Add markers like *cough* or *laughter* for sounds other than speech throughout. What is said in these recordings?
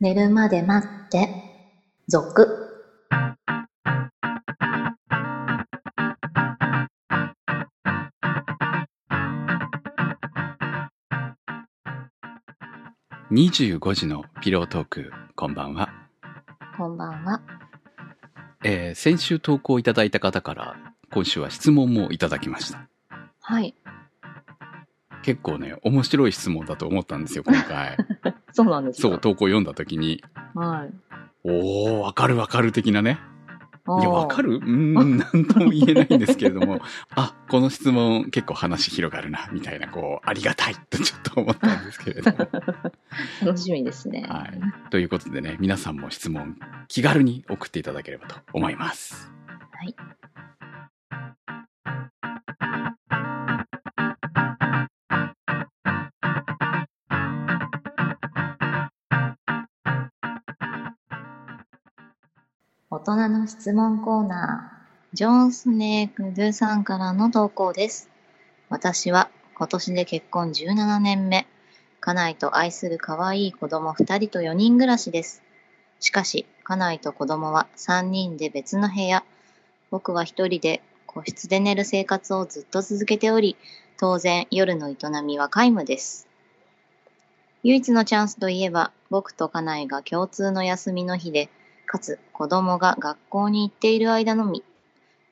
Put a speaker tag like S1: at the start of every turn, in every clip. S1: 寝るまで待って、続。
S2: 25時のピロートーク、こんばんは。
S1: こんばんは。
S2: えー先週投稿いただいた方から、今週は質問もいただきました。
S1: はい。
S2: 結構ね、面白い質問だと思ったんですよ、今回。
S1: そうなんですか
S2: そう、。投稿読んだ時に、
S1: はい。
S2: おー、わかるわかる的なね。いや、わか
S1: る
S2: るうーん、なんとも言えないんですけれども、あ、この質問結構話広がるな、みたいな、こう、ありがたいとちょっと思ったんですけれども。
S1: 楽しみですね。
S2: はい。ということでね、皆さんも質問、気軽に送っていただければと思います。
S1: はい。大人の質問コーナー、ジョン・スネーク・ドゥさんからの投稿です。私は今年で結婚17年目、家内と愛する可愛い子供2人と4人暮らしです。しかし、家内と子供は3人で別の部屋、僕は一人で個室で寝る生活をずっと続けており、当然夜の営みは皆無です。唯一のチャンスといえば、僕と家内が共通の休みの日で、かつ子供が学校に行っている間のみ。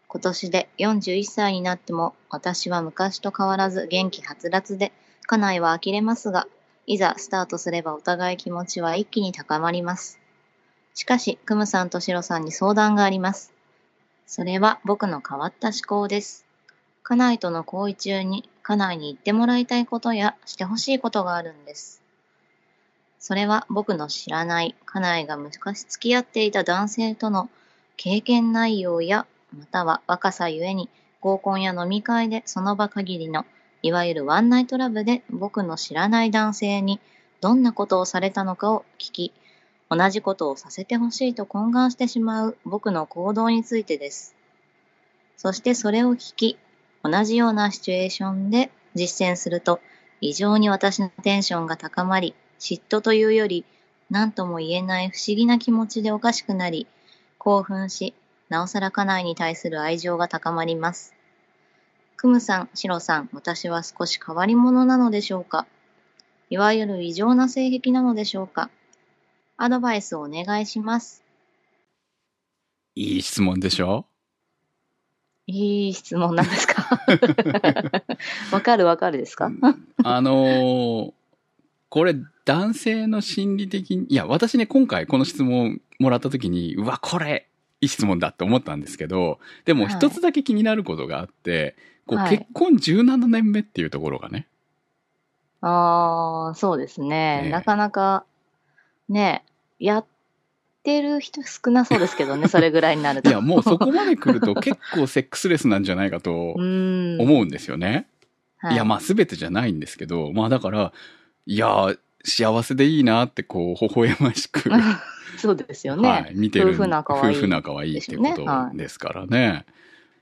S1: 今年で41歳になっても、私は昔と変わらず元気はつらつで、家内は呆れますが、いざスタートすればお互い気持ちは一気に高まります。しかし、クムさんとシロさんに相談があります。それは僕の変わった思考です。家内との行為中に家内に言ってもらいたいことやしてほしいことがあるんです。それは僕の知らない家内が昔付き合っていた男性との経験内容や、または若さゆえに合コンや飲み会でその場限りの、いわゆるワンナイトラブで僕の知らない男性にどんなことをされたのかを聞き、同じことをさせてほしいと懇願してしまう僕の行動についてです。そしてそれを聞き、同じようなシチュエーションで実践すると、異常に私のテンションが高まり、嫉妬というより、何とも言えない不思議な気持ちでおかしくなり、興奮し、なおさら家内に対する愛情が高まります。クムさん、シロさん、私は少し変わり者なのでしょうかいわゆる異常な性癖なのでしょうかアドバイスをお願いします。
S2: いい質問でしょ
S1: いい質問なんですか *laughs* わかるわかるですか
S2: あのーこれ男性の心理的に、いや、私ね、今回この質問もらった時に、うわ、これ、いい質問だって思ったんですけど、でも
S1: はい
S2: 一つだけ気になることがあって、こう
S1: はい
S2: 結婚17年目っていうところが
S1: *laughs*
S2: ね、
S1: ああ、そうですね。
S2: ねえ
S1: なかなか、ねえ、やってる人少なそうですけ
S2: *laughs*
S1: どね、それぐらいになる
S2: い
S1: と。
S2: や、もうそこまで来ると結構セックスレスなんじゃないかと
S1: うーん。
S2: 思うんですよね。
S1: はい
S2: いや、まあ全てじゃないんですけど、まあだから、いや、幸せでいいなってこう、微笑ま
S1: *laughs*
S2: しく。
S1: そうですよ
S2: は
S1: ね。
S2: い、見てる
S1: 夫婦仲はいい
S2: 夫婦仲はいいってこ
S1: ですよねは
S2: とですからね。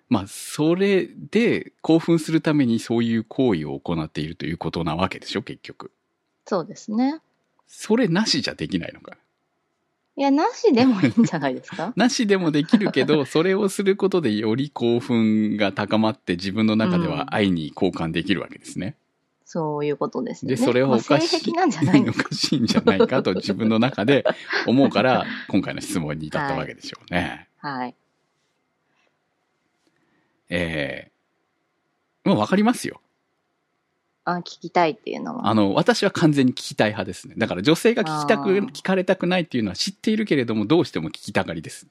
S2: まあ、それで興奮するためにそういう行為を行っているということなわけでしょ、結局。
S1: そうですね。
S2: それなしじゃできないのか。
S1: いや、なしでもいいんじゃないです
S2: *laughs*
S1: か
S2: なしでもできる
S1: *laughs*
S2: けど、それをすることでより興奮が高まって自分の中では愛に交換できるわけですね。
S1: そういうことですよね。
S2: で、それは
S1: まあ
S2: おかし
S1: 性
S2: い
S1: 癖なんじゃない
S2: おかしいんじゃないかと自分の中で思うから、今回の質問に至ったわけでしょうね。
S1: はい。
S2: ええまあわかりますよ。
S1: あ、聞きたいっていうのは。
S2: あの、私は完全に聞きたい派ですね。だから女性が聞きたく、
S1: あー
S2: 聞かれたくないっていうのは知っているけれども、どうしても聞きたがりです。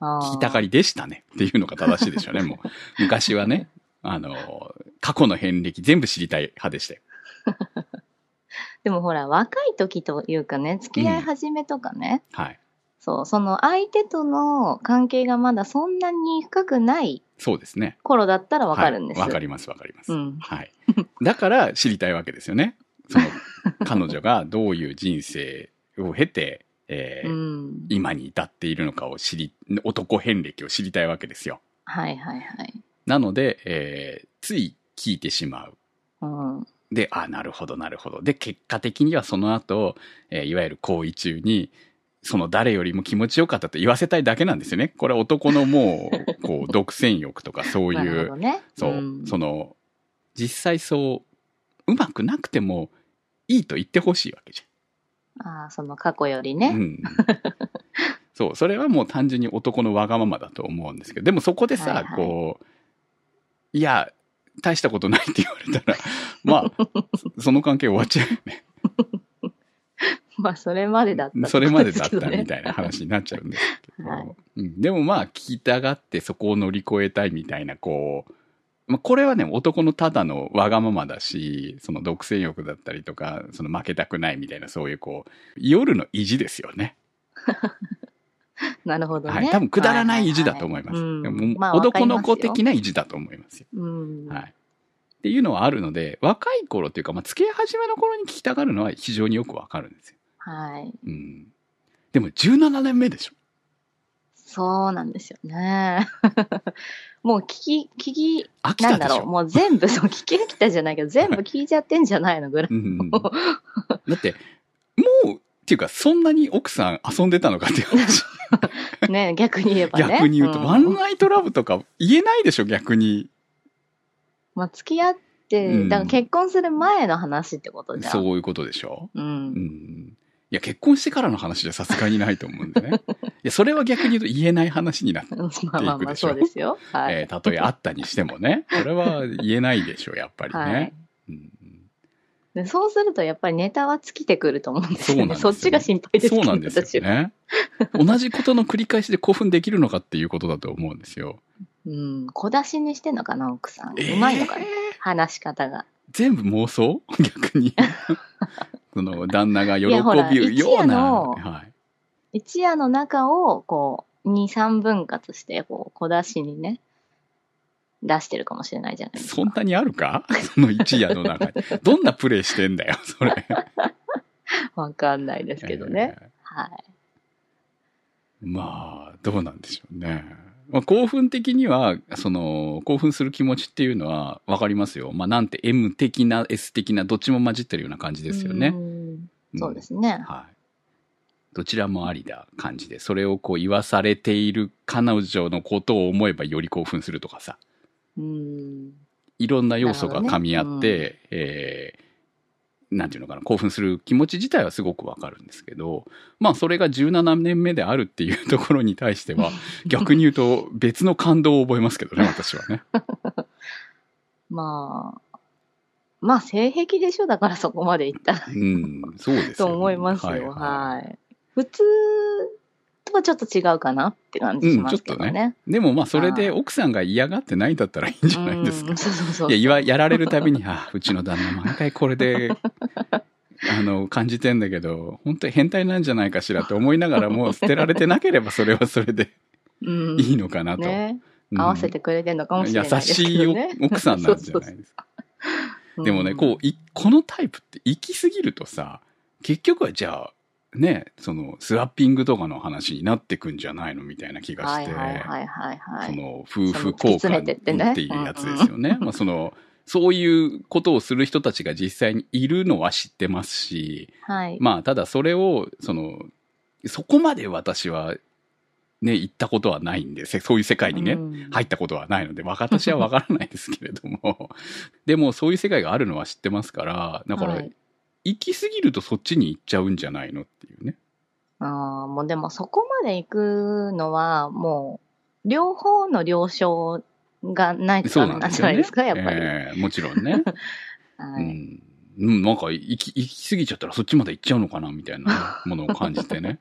S1: あー
S2: 聞きたがりでしたねっていうのが正しいでしょうね、
S1: *laughs*
S2: もう。昔はね、あの、過去の遍歴全部知りたい派でしたよ。
S1: でもほら、若い時というかね、付き合い始めとかね、
S2: はい。
S1: そう、その相手との関係がまだそんなに深くない
S2: そうですね。
S1: 頃だったらわかるんです。
S2: はいわか
S1: り
S2: ります、わかります。
S1: うん。
S2: はい。だから知りたいわけですよね。
S1: *laughs*
S2: その、彼女がどういう人生を経て、えー
S1: うん。
S2: 今に至っているのかを知り、男遍歴を知りたいわけですよ。
S1: はいはいはい。
S2: なので、えーつい聞いてしまう。
S1: うん。
S2: で、あ、なるほど、なるほど。で、結果的にはその後、えーいわゆる行為中に、その誰よりも気持ちよかったと言わせたいだけなんですよね。これは男のもう、こう、独占
S1: *laughs*
S2: 欲とかそう
S1: ないる
S2: う
S1: ほど、ね。
S2: そう、
S1: ん
S2: その、実際そう、うまくなくてもいいと言ってほしいわけじ
S1: ああ、その過去より
S2: ゃん。う
S1: ね。
S2: ん。そう、それはもう単純に男のわがままだと思うんですけど、でもそこでさ、
S1: はいはい
S2: こう、いや、大したことないって言われたら、 *laughs* まあ、そその関係終わっちゃうよね。
S1: まあ、それまでだ *laughs* った。
S2: それまでだったみ
S1: い
S2: たいな話になっちゃうんですけど、
S1: はい
S2: うんでもまあ聞きたがってそこを乗り越えたいみたいなこう、まあ、これはね男のただのわがままだしその独占欲だったりとかその負けたくないみたいなそういうこう夜の意地ですよね
S1: *laughs* な。なるほどね。
S2: はい、多分くだらない意地だと思います、
S1: ははは
S2: で
S1: うん
S2: も
S1: まあ
S2: 男の子
S1: わかります
S2: 的
S1: よ
S2: な意地だと思いますよ、
S1: うん。
S2: はい、っていうのはあるので若い頃っていうか、まあ、付き合い始めの頃に聞きたがるのは非常によくわかるんですよ、
S1: はい。
S2: うん、でも17年目でしょ
S1: そうなんですよね。 *laughs* もう聞き、聞き、
S2: 飽き
S1: な
S2: た
S1: ん
S2: で
S1: だ
S2: し
S1: ろ
S2: ょ
S1: う。もう全部、そう、聞き飽きたじゃない
S2: *laughs*
S1: けど、全部聞いちゃってんじゃないのぐらい。
S2: うん、だってもうっていうかそんなに奥さん遊んでたのかっていう話 *laughs*
S1: ね、逆に言えばね。
S2: 逆に言うと、
S1: ん
S2: ワンナイトラブとか言えないでしょ逆に
S1: まあ、付き合って、
S2: うん
S1: だから結婚する前の話ってことじゃん。
S2: そういうことでしょ、
S1: う。
S2: うんん、いや結婚してからの話じゃさすがにないと思うんで
S1: *laughs*
S2: ねいやそれは逆に言うと言えない話になって、
S1: まあまあまあ、そうですよ。はい。
S2: えーたとえあったにして
S1: *laughs*
S2: もねそれは言えないでしょやっぱりね、
S1: はい
S2: うん、
S1: でそうすると、やっぱりネタは尽きてくると思うんですよね。
S2: そうなん
S1: そ
S2: ですよ
S1: っちが心配ですけ
S2: そう
S1: ど
S2: なんですよね同じことの繰り返しで興奮できるのかっていうことだと思うんですよ
S1: 私うん。小出しにしてんのかな、奥さん。 *laughs* うまいのかな、
S2: えー
S1: 話し方が。
S2: 全部妄想 *laughs*
S1: *laughs*
S2: 逆に。その、旦那が喜
S1: いやほら
S2: びよう
S1: 一夜
S2: な。
S1: の
S2: はい。
S1: 一夜の中を、こう、2、3分割して、こう、小出しにね、出してるかもしれないじゃないですか。
S2: そんなにあるか *laughs* その一夜の中に。どんなプレイしてんだよ、
S1: *laughs*
S2: それ。
S1: わかんないですけどね。
S2: えー
S1: はい。
S2: まあ、どうなんでしょうね。まあ、興奮的には、その、興奮する気持ちっていうのはわかりますよ。まあ、なんて M 的な S 的な、どっちも混じってるような感じですよ
S1: う
S2: ね。
S1: ん。
S2: ん
S1: そうですね。
S2: はい。どちらもありだ感じで、それをこう言わされている彼女のことを思えばより興奮するとかさ。
S1: うん。
S2: いろんな要素が噛み合っ
S1: なる
S2: て、えーなんていうのかな、興奮する気持ち自体はすごくわかるんですけど、まあそれが17年目であるっていうところに対して
S1: *laughs*
S2: は、逆に言うと別の感動を覚えますけどね、私はね。
S1: まあ、まあ、性癖でしょ、だからそこまでいったら。
S2: うん、そうですよね、
S1: と思いますよ、はい、普通とはちょっと違うかなって感じしますけどね。
S2: い。でもまあそれで奥さんが嫌がってないんだったらいいんじゃないですか
S1: うん。そうそうそう。
S2: いや、言わやられるたびに、ああ、うちの旦那毎回これで、 *laughs* あの、感じてんだけど、本当に変態なんじゃないかしらと思いながらも、捨てられてなければそれはそれで
S1: うん、
S2: いいのかなと。
S1: ね、
S2: うん
S1: 合わせてくれてるのかもしれない
S2: 優
S1: ですけ
S2: しい
S1: ど
S2: お
S1: ね。
S2: 奥さんなんじゃないです
S1: う
S2: か。
S1: ん
S2: でもね、こう、いこのタイプって行き過ぎるとさ、結局はじゃあ、ね、その、スワッピングとかの話になってくんじゃないのみたいな気が
S1: は
S2: し
S1: い
S2: て。
S1: はいはいはいは
S2: そ
S1: い。
S2: の夫婦交
S1: その突
S2: 換
S1: き詰めてってね
S2: っていうやつですよね。まあそのそういうことをする人たちが実際にいるのは知ってますし、
S1: はい。
S2: まあただそれをそのそこまで私はね行ったことはないんで、せそういう世界にね、
S1: うん
S2: 入ったことはないので、わか私はわからないですけれども、 *laughs* でもそういう世界があるのは知ってますから、だから、
S1: はい
S2: 行き過ぎるとそっちに行っちゃうんじゃないのって
S1: *laughs*
S2: いうね。
S1: あーもうでもそこまで行くのはもう両方の了承がないと
S2: そう
S1: ダ
S2: な
S1: メ
S2: ん
S1: な
S2: で
S1: んじ
S2: す
S1: ゃな
S2: よね。
S1: いですか、やっぱり。
S2: ええもちろんね。
S1: は
S2: う
S1: い
S2: ん、うんなんか行き行き過ぎちゃったらそっちまで行っちゃうのかなみたいなものを感じてね。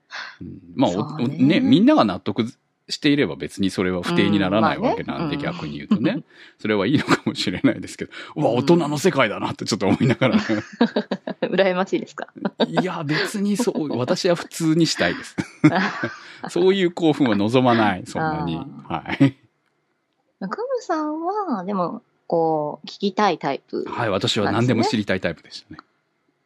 S1: *laughs*
S2: うんまあお
S1: そう
S2: お
S1: ね
S2: ねみんなが納得していれば別にそれは不定にならない
S1: うんまあね
S2: わけなんで、
S1: うん
S2: 逆に言うとねそれはいいのかもしれないですけどうわ大人の世界だなってちょっと思いながら、ね、
S1: *laughs* 羨ましいですか。
S2: いや別にそう *laughs* 私は普通にしたい
S1: *laughs*
S2: ですそういう興奮は望まないそんなにはい、
S1: グムさんは、でも、こう、聞きたいタイプ。
S2: はい、私は何でも知りたいタイプでしたね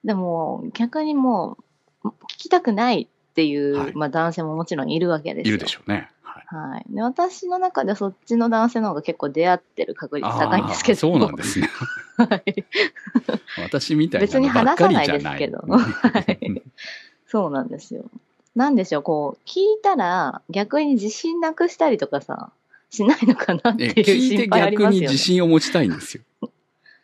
S1: でも、逆にもう、聞きたくないっていう、
S2: はい
S1: まあ、男性ももちろんいるわけですよ。
S2: いるでしょうね、はい、
S1: はい。で、私の中でそっちの男性の方が結構出会ってる確率高いんですけど。
S2: あーそうなんですね
S1: はい。
S2: *laughs* 私みたいな
S1: 別に
S2: のばっ
S1: 話
S2: か
S1: さ
S2: り
S1: ない
S2: じゃ
S1: です
S2: ない。
S1: けど。 *laughs*
S2: うん
S1: はい。そうなんですよ。なんでしょう、こう、聞いたら逆に自信なくしたりとかさ、しないのか *laughs* なって
S2: え
S1: いう
S2: 聞いて
S1: 心配あり
S2: 逆
S1: ます
S2: に
S1: よね
S2: 自。信を持ちたいんですよ。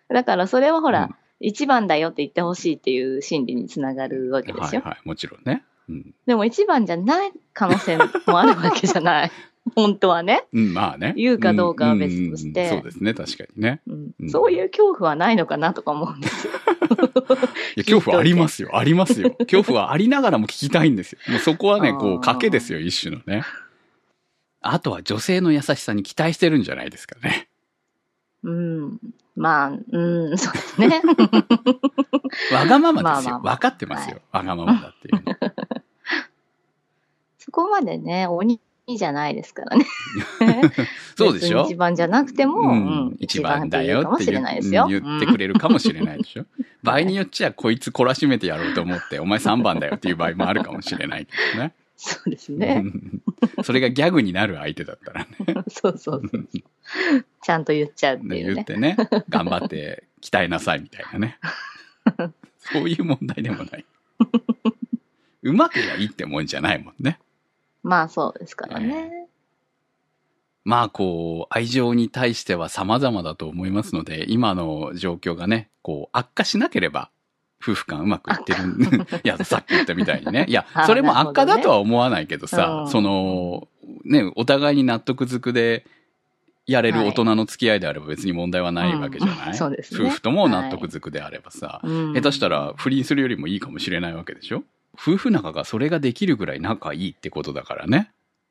S1: だからそれはほ
S2: う
S1: ら
S2: ん、
S1: 一番だよって言ってほしいっていう心理につながるわけで
S2: は
S1: す
S2: い
S1: よ。
S2: はい、もちろんね。うん、
S1: でも一番じゃない可能性もあるわけじゃ
S2: *laughs*
S1: ない。本当はね、
S2: うんまあね。
S1: 言うかどうかは別として
S2: うんうんうんそうですね、確かにね。
S1: うん
S2: うん
S1: そういう恐怖はないのかなとか思うんですよ。
S2: いや、
S1: 聞いておいて
S2: 恐怖ありますよ、ありま
S1: *laughs*
S2: すよ。恐怖はありながらも聞きたいんですよ。もうそこはね、こ
S1: あー
S2: う、賭けですよ、一種のね。あとは女性の優しさに期待してるんじゃないですか
S1: *laughs*
S2: ね。
S1: うん。まあ、うん、そうです
S2: *laughs*
S1: ね。
S2: わがままです
S1: まあまあ
S2: よ。
S1: まあ
S2: 分かってますよ。わがままだっていうの。
S1: そこまでね、鬼じゃないですからね。
S2: そうでしょ
S1: 別に一番じゃなくても、
S2: う
S1: うん
S2: ん、一番だよ
S1: 一番って言うかも
S2: って
S1: し
S2: 言
S1: れ
S2: う
S1: ないですよ。
S2: うん言ってくれるかもしれないでしょ。場合によっちゃ、こいつ懲らしめてやろうと思って、お前3番だよっていう場合もあるかもしれないけどね。
S1: そうです *laughs* ね。
S2: うんそれがギャグになる相手だったらね。
S1: そうそうそう。ちゃんと言っちゃうっていう
S2: 言っ
S1: ね。
S2: てね、頑張って鍛えなさいみたいな
S1: *laughs*
S2: ね。そういう問題でもない。うまくやいいってもんじゃないもんね。
S1: まあそうですからね。
S2: まあこう、愛情に対しては様々だと思いますので、今の状況がね、こう、悪化しなければ、夫婦間うまくいってるん。い
S1: *laughs*
S2: や、さっき言ったみたいにね。いや
S1: あ、ー
S2: それも悪化
S1: なるほど
S2: だ
S1: ね
S2: とは思わないけどさ、
S1: うん
S2: その、ね、お互いに納得づくで、やれる大人の付き合いであれば別に問題はないわけじゃない、
S1: うんそうですね
S2: 夫婦とも納得づくであればさ、
S1: うん
S2: 下手したら不倫するよりもいいかもしれないわけでしょ夫婦仲がそれができるぐらい仲いいってことだからね。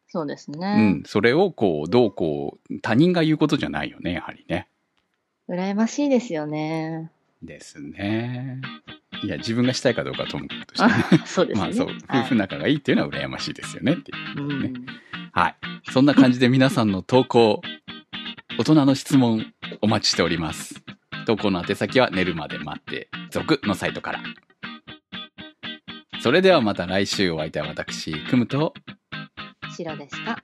S1: そうです
S2: う
S1: ね。
S2: ん。それをこう、どうこう、他人が言うことじゃないよね、やはりね。
S1: 羨ましいですよね。
S2: ですね。いや、自分がしたいかどうかはともかくとし
S1: *laughs*
S2: てね、
S1: そうですね。
S2: *laughs* まあそう、
S1: はい
S2: 夫婦仲がいいっていうのは羨ましいですよねっていう。
S1: うん
S2: はい。そんな感じで皆さんの投稿、大人の質問、お待ちしております。投稿の宛先は寝るまで待って、続のサイトから。それではまた来週お会いいたい私、くむと、
S1: 白でした。